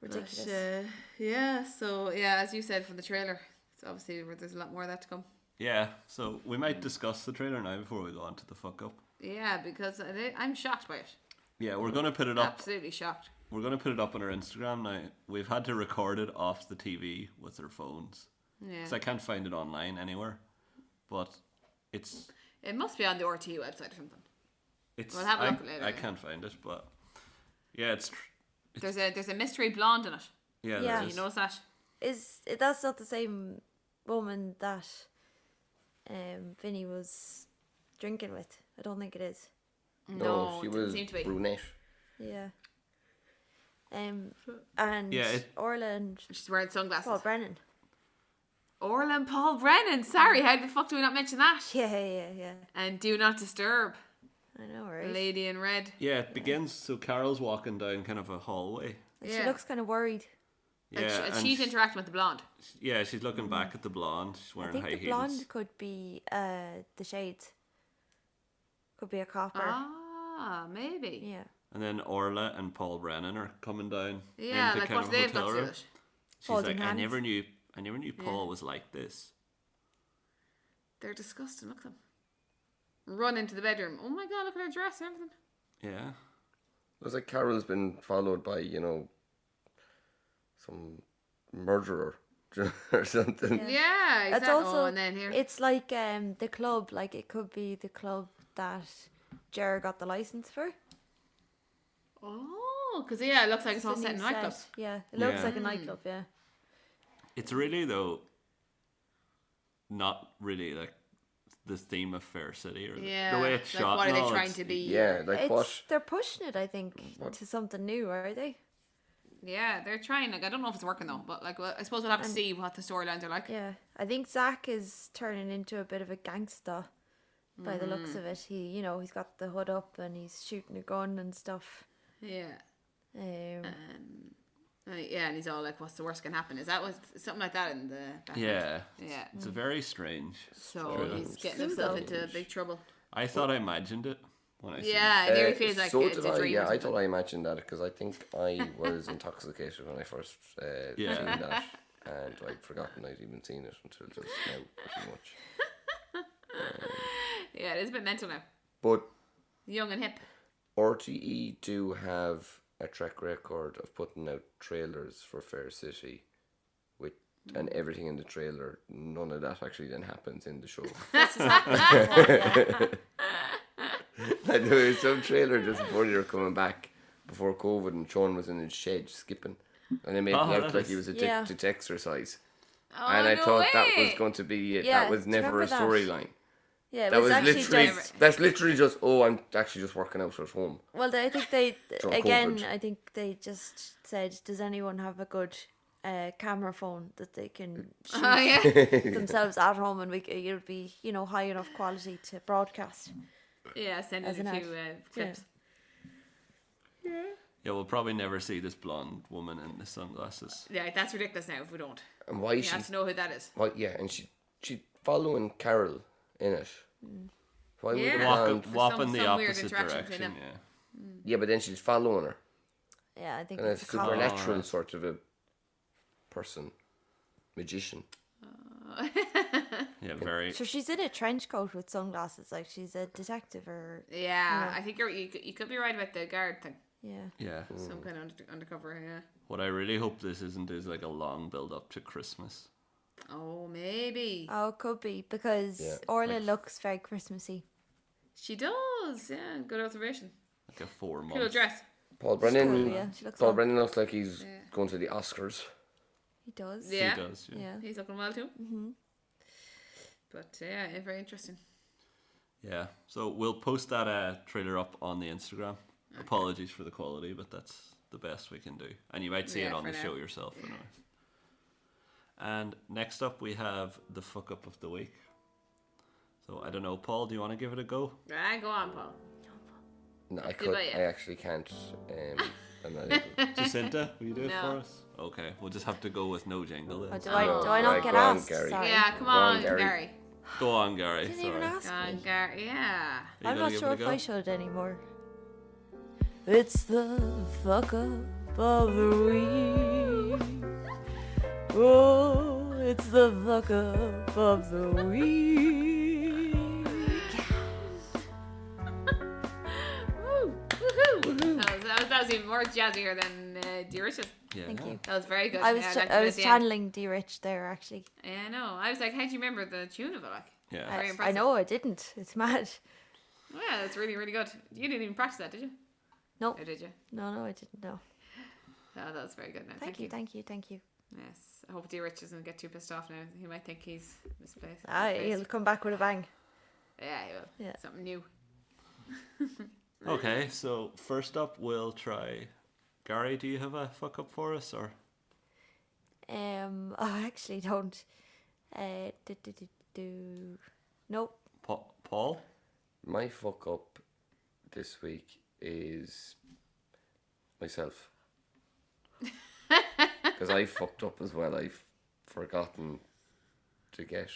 ridiculous.
But, uh, yeah, so yeah, as you said from the trailer, it's obviously where there's a lot more of that to come.
Yeah. So we might discuss the trailer now before we go on to the fuck up.
Yeah, because I- I'm shocked by it.
Yeah, we're gonna put it up.
Absolutely shocked.
We're gonna put it up on our Instagram now. We've had to record it off the TV with our phones
Yeah.
because I can't find it online anywhere. But it's
It must be on the RTE website or something.
It's,
We'll have a
I,
look later,
I
yeah.
can't find it, but yeah, it's tr-
There's a there's a mystery blonde in it.
yeah. there
Yeah.
it
You
is.
notice that?
Is that's not the same woman that um Vinny was drinking with? I don't think it is.
No,
she
it didn't
was
seem to be.
brunette.
Yeah. Um and
Yeah, it-
Orla and
She's wearing sunglasses.
Paul Brennan.
Orla and Paul Brennan. Sorry, how the fuck do we not mention that?
Yeah, yeah, yeah.
And do not disturb.
I know, right?
Lady in red.
Yeah, it begins. So Carol's walking down kind of a hallway.
And
Yeah.
She looks kind of worried.
Yeah,
and, she, and
and
she's Hmm.
sh-
interacting with the blonde.
yeah, she's looking back at the blonde. She's
I
wearing
think
high
the
heels.
blonde could be uh the shades. Could be a copper.
Ah, maybe.
Yeah.
And then Orla and Paul Brennan are coming down.
Yeah,
into
like
kind
what
of a
they've got
hotel
to do
room.
with it.
She's
Holding
like, I
hands.
never knew, I never knew Paul was like this.
They're disgusting. Look at them. Run into the bedroom. Oh my god, look at her dress and everything.
Yeah,
It was like Carol's been followed by, you know, some murderer or something.
Yeah.
Yeah,
That's
exactly.
also
oh, and then here.
it's like um the club, like it could be the club that Jer got the license for.
Oh, because yeah, it looks like it's all
The
set
new
in nightclub. Mm.
set. Yeah, it looks
Yeah.
like a nightclub. Yeah,
it's really though, not really like the theme of Fair City or the-
Yeah,
the way it's
like
shot.
what are
and
they
all,
trying
it's-
to be?
Yeah, like
it's,
what?
they're pushing it. I think
What?
to something new, are they?
Yeah, they're trying. Like I don't know if it's working though, but like well, I suppose we'll have to see what the storylines are like.
Yeah, I think Zach is turning into a bit of a gangster by the
Mm.
looks of it. He, you know, he's got the hood up and he's shooting a gun and stuff.
Yeah.
Um,
Um, uh, yeah, and he's all like, "What's the worst can happen?" Is that what something like that in the background?
Yeah,
yeah.
it's a very strange.
So
True.
he's getting
True,
himself
though.
into big trouble.
I thought I imagined it when I seen it.
Yeah, there he feels like
uh, so
it's
did
a
I,
dream.
yeah,
or
I
something.
thought I imagined that because I think I was intoxicated when I first uh,
Yeah.
seen that, and I'd forgotten I'd even seen it until just now, pretty much.
Yeah, it is a bit mental now.
But
Young and hip.
RTE E do have a track record of putting out trailers for Fair City, with and
Mm.
everything in the trailer. None of that actually then happens in the show. like there was some trailer just before they were coming back before COVID, and Sean was in his shed skipping, and they made
Oh,
it
that
look like he was
is-
addicted
Yeah.
to exercise.
Oh,
and I
no
thought
way.
that was going to be it.
Yeah,
that was
do you
never a
remember that?
storyline.
yeah, it
That was
actually
literally
just-
just-
that's literally just oh I'm actually just working out at home.
Well, they- I think they
Drunk
again.
COVID.
I think they just said, "Does anyone have a good uh, camera phone that they can shoot
Oh yeah,
themselves at home, and we c- it'll be you know high enough quality to broadcast?"
yeah. Send
As
us a
an ad.
few uh, clips.
Yeah, we'll probably never see this blonde woman in the sunglasses.
Yeah. that's ridiculous now. If we don't,
And why is
we
she
have to know who that is.
Well, yeah, and she she following Carol in it. Why would
Yeah.
the
Walk,
blonde-
some-
wap in the
some weird
opposite
attraction
direction.
between
Yeah.
yeah, but then she's following her,
Yeah, I think
and
it's
it's
a copy.
laugh.
supernatural sort of a person, magician.
Yeah, very.
So she's in a trench coat with sunglasses, like she's a detective or
Yeah, I think you're, you c- you could be right about the guard thing.
yeah.
Yeah.
Some kind of under, undercover. Yeah.
What I really hope this isn't is like a long build up to Christmas.
Oh, maybe
Oh, it could be because
Yeah,
Orla
like-
looks very Christmassy.
she does. Yeah, good observation.
Like a four
Cool
month.
dress.
Paul
cool,
Brennan.
yeah, she looks
Paul
on.
Brennan looks like he's going to the Oscars.
He does.
He
Yeah.
does. Yeah.
Yeah.
He's looking well too. Mm-hmm. But yeah, eh, very interesting.
Yeah. So we'll post that uh, trailer up on the Instagram. Apologies for the quality, but that's the best we can do. And you might see it
Yeah,
on
for
the show
now.
yourself. Anyway. And next up, we have the fuck up of the week. So I don't know, Paul. Do you want to give it a go?
Ah, go on, Paul.
No, I could.
but yeah.
I actually can't. Um, I'm not able.
Jacinta, will you do it
No.
for us? Okay, we'll just have to go with no jingle.
Oh,
Then.
do, I,
Oh,
do I not
right,
get
go on,
asked?
Gary.
Sorry.
Yeah, come
Go on,
on,
Gary.
Gary.
Go on, Gary.
I didn't
Sorry.
even ask.
Go on,
me.
Gary.
Are
Yeah.
you
I'm
gonna
not
give
sure
it a
if
go?
I should anymore. It's the fuck up of the week. Oh, it's the fuck up of the week.
Woo. Woohoo. That, was, that, was, that was even more jazzier than uh, Dear Richard.
Yeah.
Thank you.
That was very good.
I was
yeah,
cha-
liked it
I
at
was
the end.
channeling D Rich there actually.
Yeah, I know. I was like, how do you remember the tune of it? Like,
Yeah.
Very
I, I
impressive.
know I didn't. It's mad.
Yeah, it's really, really good. You didn't even practice that, did you?
No,
Or did you?
no, no, I didn't know.
Oh, that's very good. Now.
Thank, you, thank you, thank you.
Yes. I hope dear Rich doesn't get too pissed off now. He might think he's misplaced.
Ah,
misplaced.
he'll come back with a bang.
Yeah, he will.
Yeah.
Something new.
Okay, so first up, we'll try. Gary, do you have a fuck up for us, or
Um, oh, I actually don't. Uh, do, do, do, do. Nope.
pa- Paul?
My fuck up this week is myself. Because I fucked up as well. I've forgotten to get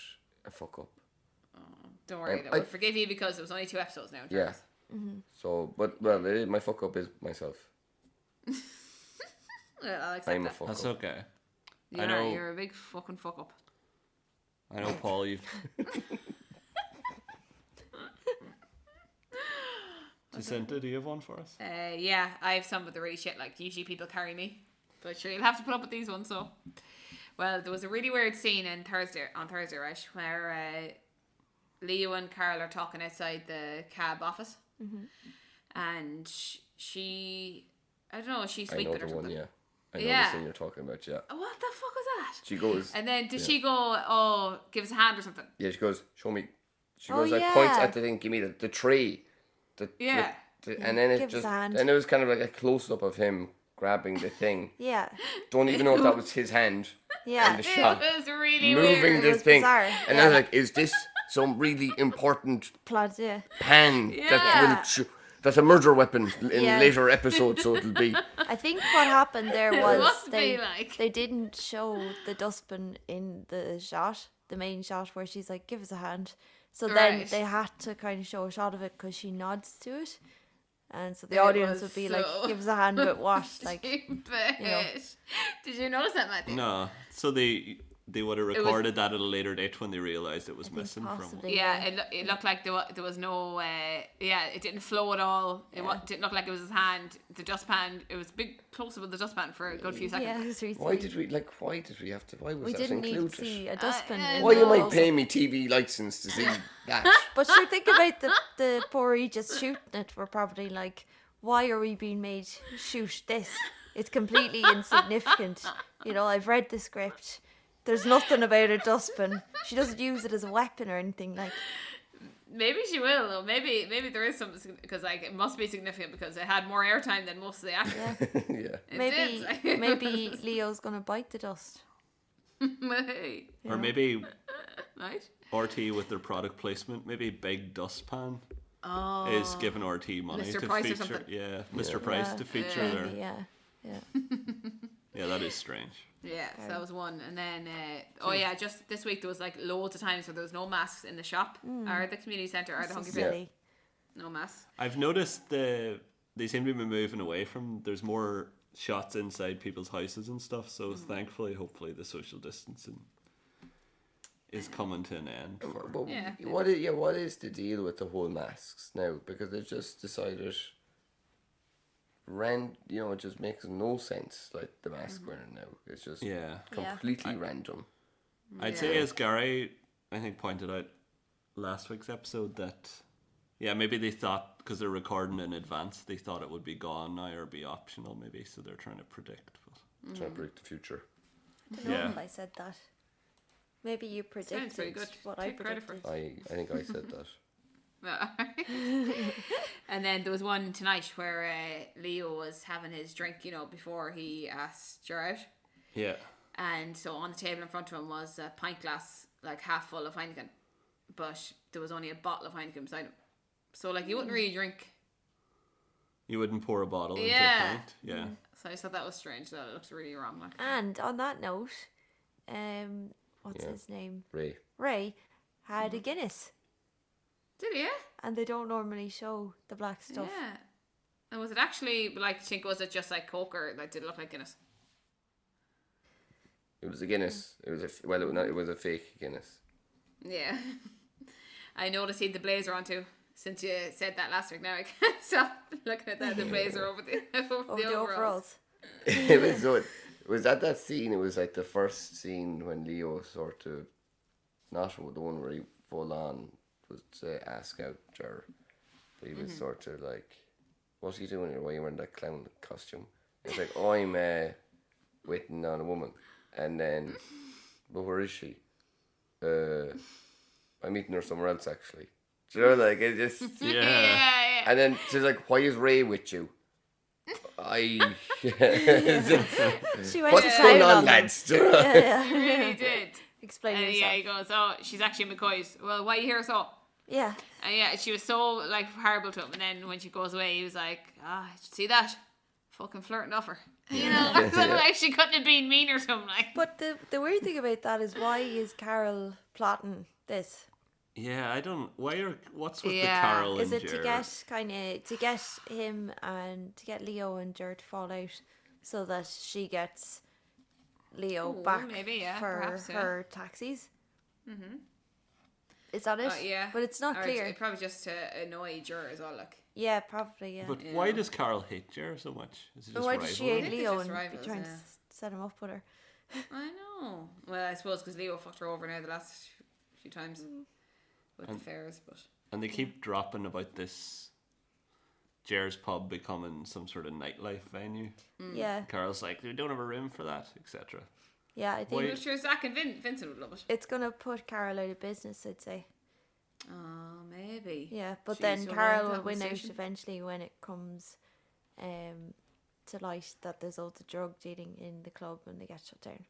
a fuck up.
Don't worry.
Um,
though.
I-
we'll forgive you because it was only two episodes now.
Yeah.
Travis.
So, but well, it, my fuck up is myself.
Well, I'll accept
I'm a
that.
fuck
That's
up.
okay.
You're,
I know-
you're a big fucking fuck up.
I know, Paul. You've. Jacinta, do you have one for us?
Uh, yeah, I have some of the really shit. Like usually people carry me, but sure you'll have to put up with these ones. So, well, there was a really weird scene in Thursday on Thursday, right, where uh, Leo and Carl are talking outside the cab office, and sh- she, I don't know, she's
I know
sweeping or
the one,
something.
yeah. I know
Yeah.
the scene you're talking about, yeah.
What the fuck was that?
She goes,
and then did she go, oh, give us a hand or something?
yeah, she goes, show me. She
Oh,
goes, like, points
yeah.
at the thing, give me the, the tree. The, the-
Yeah.
the- and then it
give us
just,
a hand.
and it was kind of like a close up of him grabbing the thing.
Yeah,
Don't even know if that was his hand.
yeah.
And the
It
shot.
was really
Moving
weird.
It
the
was
thing.
bizarre,
And I was
yeah.
like, is this some really important
Plod, yeah.
pan
Yeah.
that will ch- that's a murder weapon in
Yeah.
later episodes, so it'll be
I think what happened there was
must be
they
like-
they didn't show the dustbin in the shot, the main shot where she's like, "Give us a hand." So then
Right.
they had to kind of show a shot of it because she nods to it, and so the
It
audience
was
would be
so
like, "Give us a hand," but what? Like,
Stupid. Did you notice that, Matthew?
No. So they they would have
was-
recorded that at a later date when they realized it was missing from.
possibly.
Yeah, it, loo- it looked like there was, there was no. Uh, yeah, it didn't flow at all. It wa- didn't look like it was his hand. The dustpan. It was big close up of the dustpan for a good few seconds.
Yeah, it was really
why
silly.
did we like why did we have to why was
we
that
didn't need to
included?
see a dustbin?
uh,
in
why
the
am I
walls.
paying me TV license to see that?
But sure, think about the the poor just shooting it. We're probably like, why are we being made shoot this? It's completely insignificant. You know, I've read the script. There's nothing about a dustbin. She doesn't use it as a weapon or anything. Like,
Maybe she will, or maybe maybe there is something because like it must be significant because it had more airtime than most of the actors.
yeah.
It
maybe
did.
maybe Leo's gonna bite the dust.
Hey,
Or maybe
right.
RT with their product placement, maybe Big Dustpan
Oh,
is giving RT money
Mr.
to
Price or
feature.
something.
Yeah, Mr. Price
Yeah.
to feature their.
Maybe, yeah, yeah.
Yeah, that is strange.
Yeah, so that was one. And then, uh, oh yeah, just this week there was like loads of times where there was no masks in the shop or the community centre or the
So
Hungry Pig.
silly.
No masks.
I've noticed the they seem to be moving away from. There's more shots inside people's houses and stuff. So thankfully, hopefully, the social distancing is coming to an end.
But
Yeah.
what is yeah, what is the deal with the whole masks now? Because they've just decided ran you know, it just makes no sense like the mask
Mm-hmm.
wearing now. It's just
Yeah.
Yeah.
completely random.
I'd say, as Gary, I think, pointed out last week's episode, that yeah, maybe they thought because they're recording in advance, they thought it would be gone now or be optional, maybe. So they're trying to predict. But
Trying to predict the future.
I don't know
Yeah.
if I said that. Maybe you
Sounds pretty
predicted
good.
what I
Take credit for
predicted.
I I think I said that.
and then there was one tonight where uh, Leo was having his drink, you know, before he asked her out.
yeah,
And so on the table in front of him was a pint glass, like half full of Heineken, but there was only a bottle of Heineken beside him. So, like, you wouldn't really drink.
you wouldn't pour a bottle into
Yeah.
a pint. Yeah,
So I just thought that was strange. That looks really wrong. Like,
And on that note, um, what's
Yeah.
his name?
Ray.
Ray had
Mm-hmm.
a Guinness,
did he?
and they don't normally show the black stuff.
Yeah. And was it actually like think was it just like Coke or like did it look like Guinness?
It was a Guinness. It was a f- well. It was, not, it was a fake Guinness.
Yeah. I noticed he had the blazer on too. Since you said that last week, now I can't stop looking at that the blazer over the over
Over
the,
the
overalls.
overalls.
it was so. It was at that scene. It was like the first scene when Leo sort of, not the one where he full on was to ask out Jer. But he was sort of like, "What are you doing here? Why are you wearing that clown costume?" It's like I'm uh, waiting on a woman, and then, but where is she? Uh, I'm meeting her somewhere else actually. Do you know, like it just
Yeah.
yeah,
and then she's like, "Why is Ray with you?" I.
She went
What's
to
going
town them.
on, lads?
Yeah,
yeah.
yeah.
really did.
Explain
And Uh, yeah, he
yourself.
goes, oh, she's actually McCoy's. Well, why you here so?
Yeah.
And yeah, she was so like horrible to him. And then when she goes away, he was like, ah, did you see that? Fucking flirting off her. You know, so, like she couldn't have been meaner to him. Like,
But the the weird thing about that is why is Carol plotting this?
Yeah, I don't. Why are what's with
Yeah.
the Carol
Is
and
it to
Jer?
get kind of to get him and to get Leo and Jer to fall out, so that she gets Leo
Ooh,
back
maybe, yeah,
for
perhaps, yeah.
her taxis? Mm-hmm. Is that it?
oh, yeah.
But it's not
Or
clear.
it's Probably just to annoy Jer as well. Like,
yeah, probably. Yeah.
But
Yeah.
why does Carol hate Jer so much? Is it
But
just
why does she
rivalry?
hate
think it's
Leo
just
and be
rivals,
trying to
yeah.
s- set him up with her?
I know. Well, I suppose because Leo fucked her over now the last few times with
Um,
the fairs, but
And they keep dropping about this Jer's pub becoming some sort of nightlife venue.
Hmm.
Yeah,
Carol's like, we don't have a room for that, etc.
yeah. I think
Why-
I'm sure Zach and Vin- Vincent would love it.
it's gonna put Carol out of business. I'd say.
Oh, maybe.
Yeah, but
Jeez,
then
so why
Carol
that
will win out
decision?
eventually when it comes um, to light that there's also drug dealing in the club when they get shut down.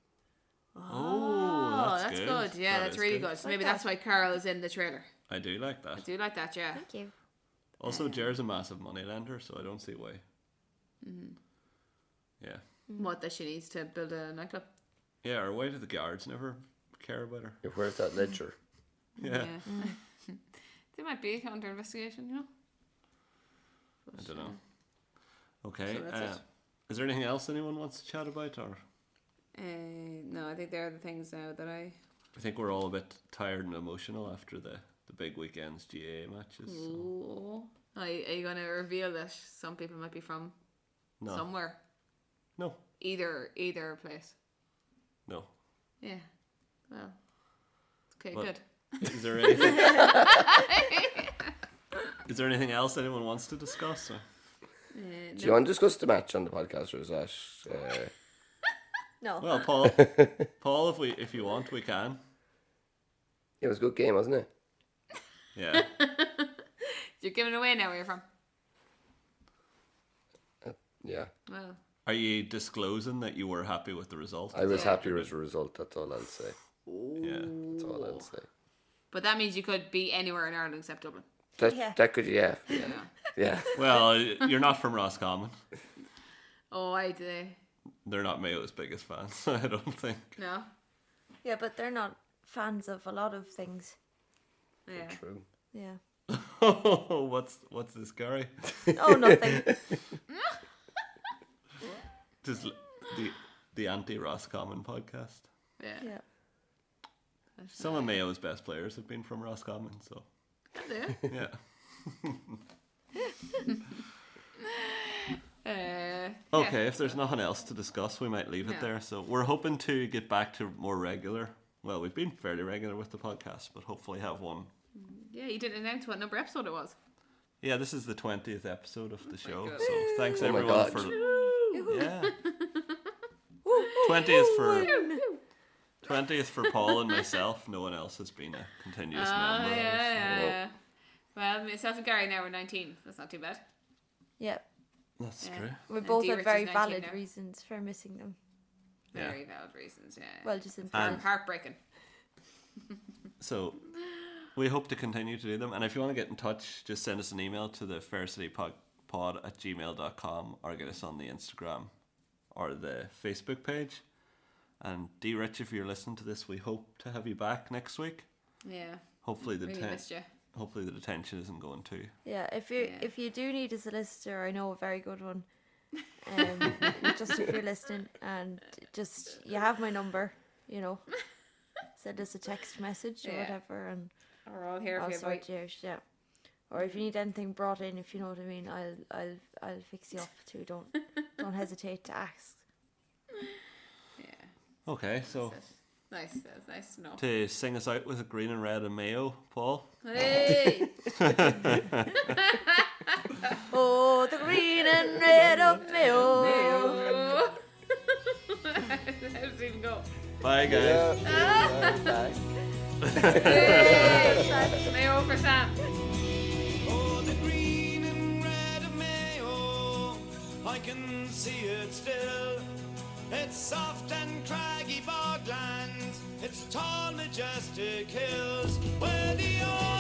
Oh,
Oh,
that's,
that's good. Yeah,
That
that's
is
really good. So maybe
that.
that's why Carol is in the trailer.
I do like
I
that.
do like that, yeah.
Thank you.
Also, Jer's a massive money lender, so I don't see why. Yeah.
What, that she needs to build a nightclub?
Yeah, or why do the guards never care about her?
Yeah, Where's that ledger?
Yeah.
Mm. they might be under investigation, you know?
I don't know. Okay.
So that's
uh,
it.
is there anything else anyone wants to chat about? Or
Uh, no, I think they're the things now that I.
I think we're all a bit tired and emotional after the, the big weekend's GA matches.
Mm.
So.
Ooh. Are you, are you going to reveal that some people might be from
No.
somewhere?
No.
Either either place.
No.
Yeah. Well. Okay,
Well-
good.
Is there anything? is there anything else anyone wants to discuss? or-
Uh,
Do you want to discuss the match on the podcast, or is that? Uh,
No.
Well, Paul, Paul, if we if you want, we can.
it was a good game, wasn't it?
Yeah.
You're giving away now where you're from.
Yeah,
Well,
Are you disclosing that you were happy with the result?
I was happy with the result. That's all I'll say.
yeah.
That's all I'll say.
but that means you could be anywhere in Ireland except Dublin.
That
Yeah.
that could yeah yeah yeah.
Well, you're not from Roscommon.
Oh, I do.
They're not Mayo's biggest fans. I don't think.
No.
yeah, but they're not fans of a lot of things.
Yeah.
True.
Yeah.
Oh, what's what's this, Gary?
Oh, nothing.
Just l- the the anti Roscommon podcast.
Yeah.
yeah.
Some of Mayo's best players have been from Roscommon, so yeah.
Uh,
Okay, if there's nothing else to discuss, we might leave it
Yeah.
there. So we're hoping to get back to more regular. Well, we've been fairly regular with the podcast, but hopefully have one.
Yeah, you didn't announce what number episode it was.
Yeah, this is the twentieth episode of the show.
Oh God.
So thanks
Oh my
everyone
God.
for yeah. Twentieth for twentieth for Paul and myself. No one else has been a continuous
Oh,
member.
yeah, yeah,
Well-
yeah. Well, myself and Gary now we're 19. That's not too bad.
Yeah.
That's
Yeah.
true.
We
And
both
D
have
Rich
very
is 19
valid
now.
reasons for missing them.
Yeah.
Very valid reasons, yeah.
Well, just in
And-
Heart-
fact.
heartbreaking.
So we hope to continue to do them. And if you want to get in touch, just send us an email to the Fair City Pod, pod at gmail.com or get us on the Instagram or the Facebook page. And D Rich, if you're listening to this, we hope to have you back next week.
Yeah.
Hopefully the
Really
ten-
missed you.
hopefully the detention isn't going too.
Yeah, if you
Yeah.
if you do need a solicitor, I know a very good one. Um, just if you're listening, and just you have my number, you know, send us a text message or
Yeah.
whatever, and
We're all here
I'll
for you, boy.
sort you out. Yeah, or if you need anything brought in, if you know what I mean, I'll I'll I'll fix you up too. Don't don't hesitate to ask.
Yeah.
Okay, so
That's it. nice. That's nice to know.
to sing us out with a green and red and mayo, Paul.
Hey!
Oh, the green and red of mayo.
Oh. How does it even go?
Bye, guys.
Ah.
Mayo for Sam.
Oh, the green and red of Mayo, I can see it still. It's soft and craggy boglands, it's tall, majestic hills, where the old Oh,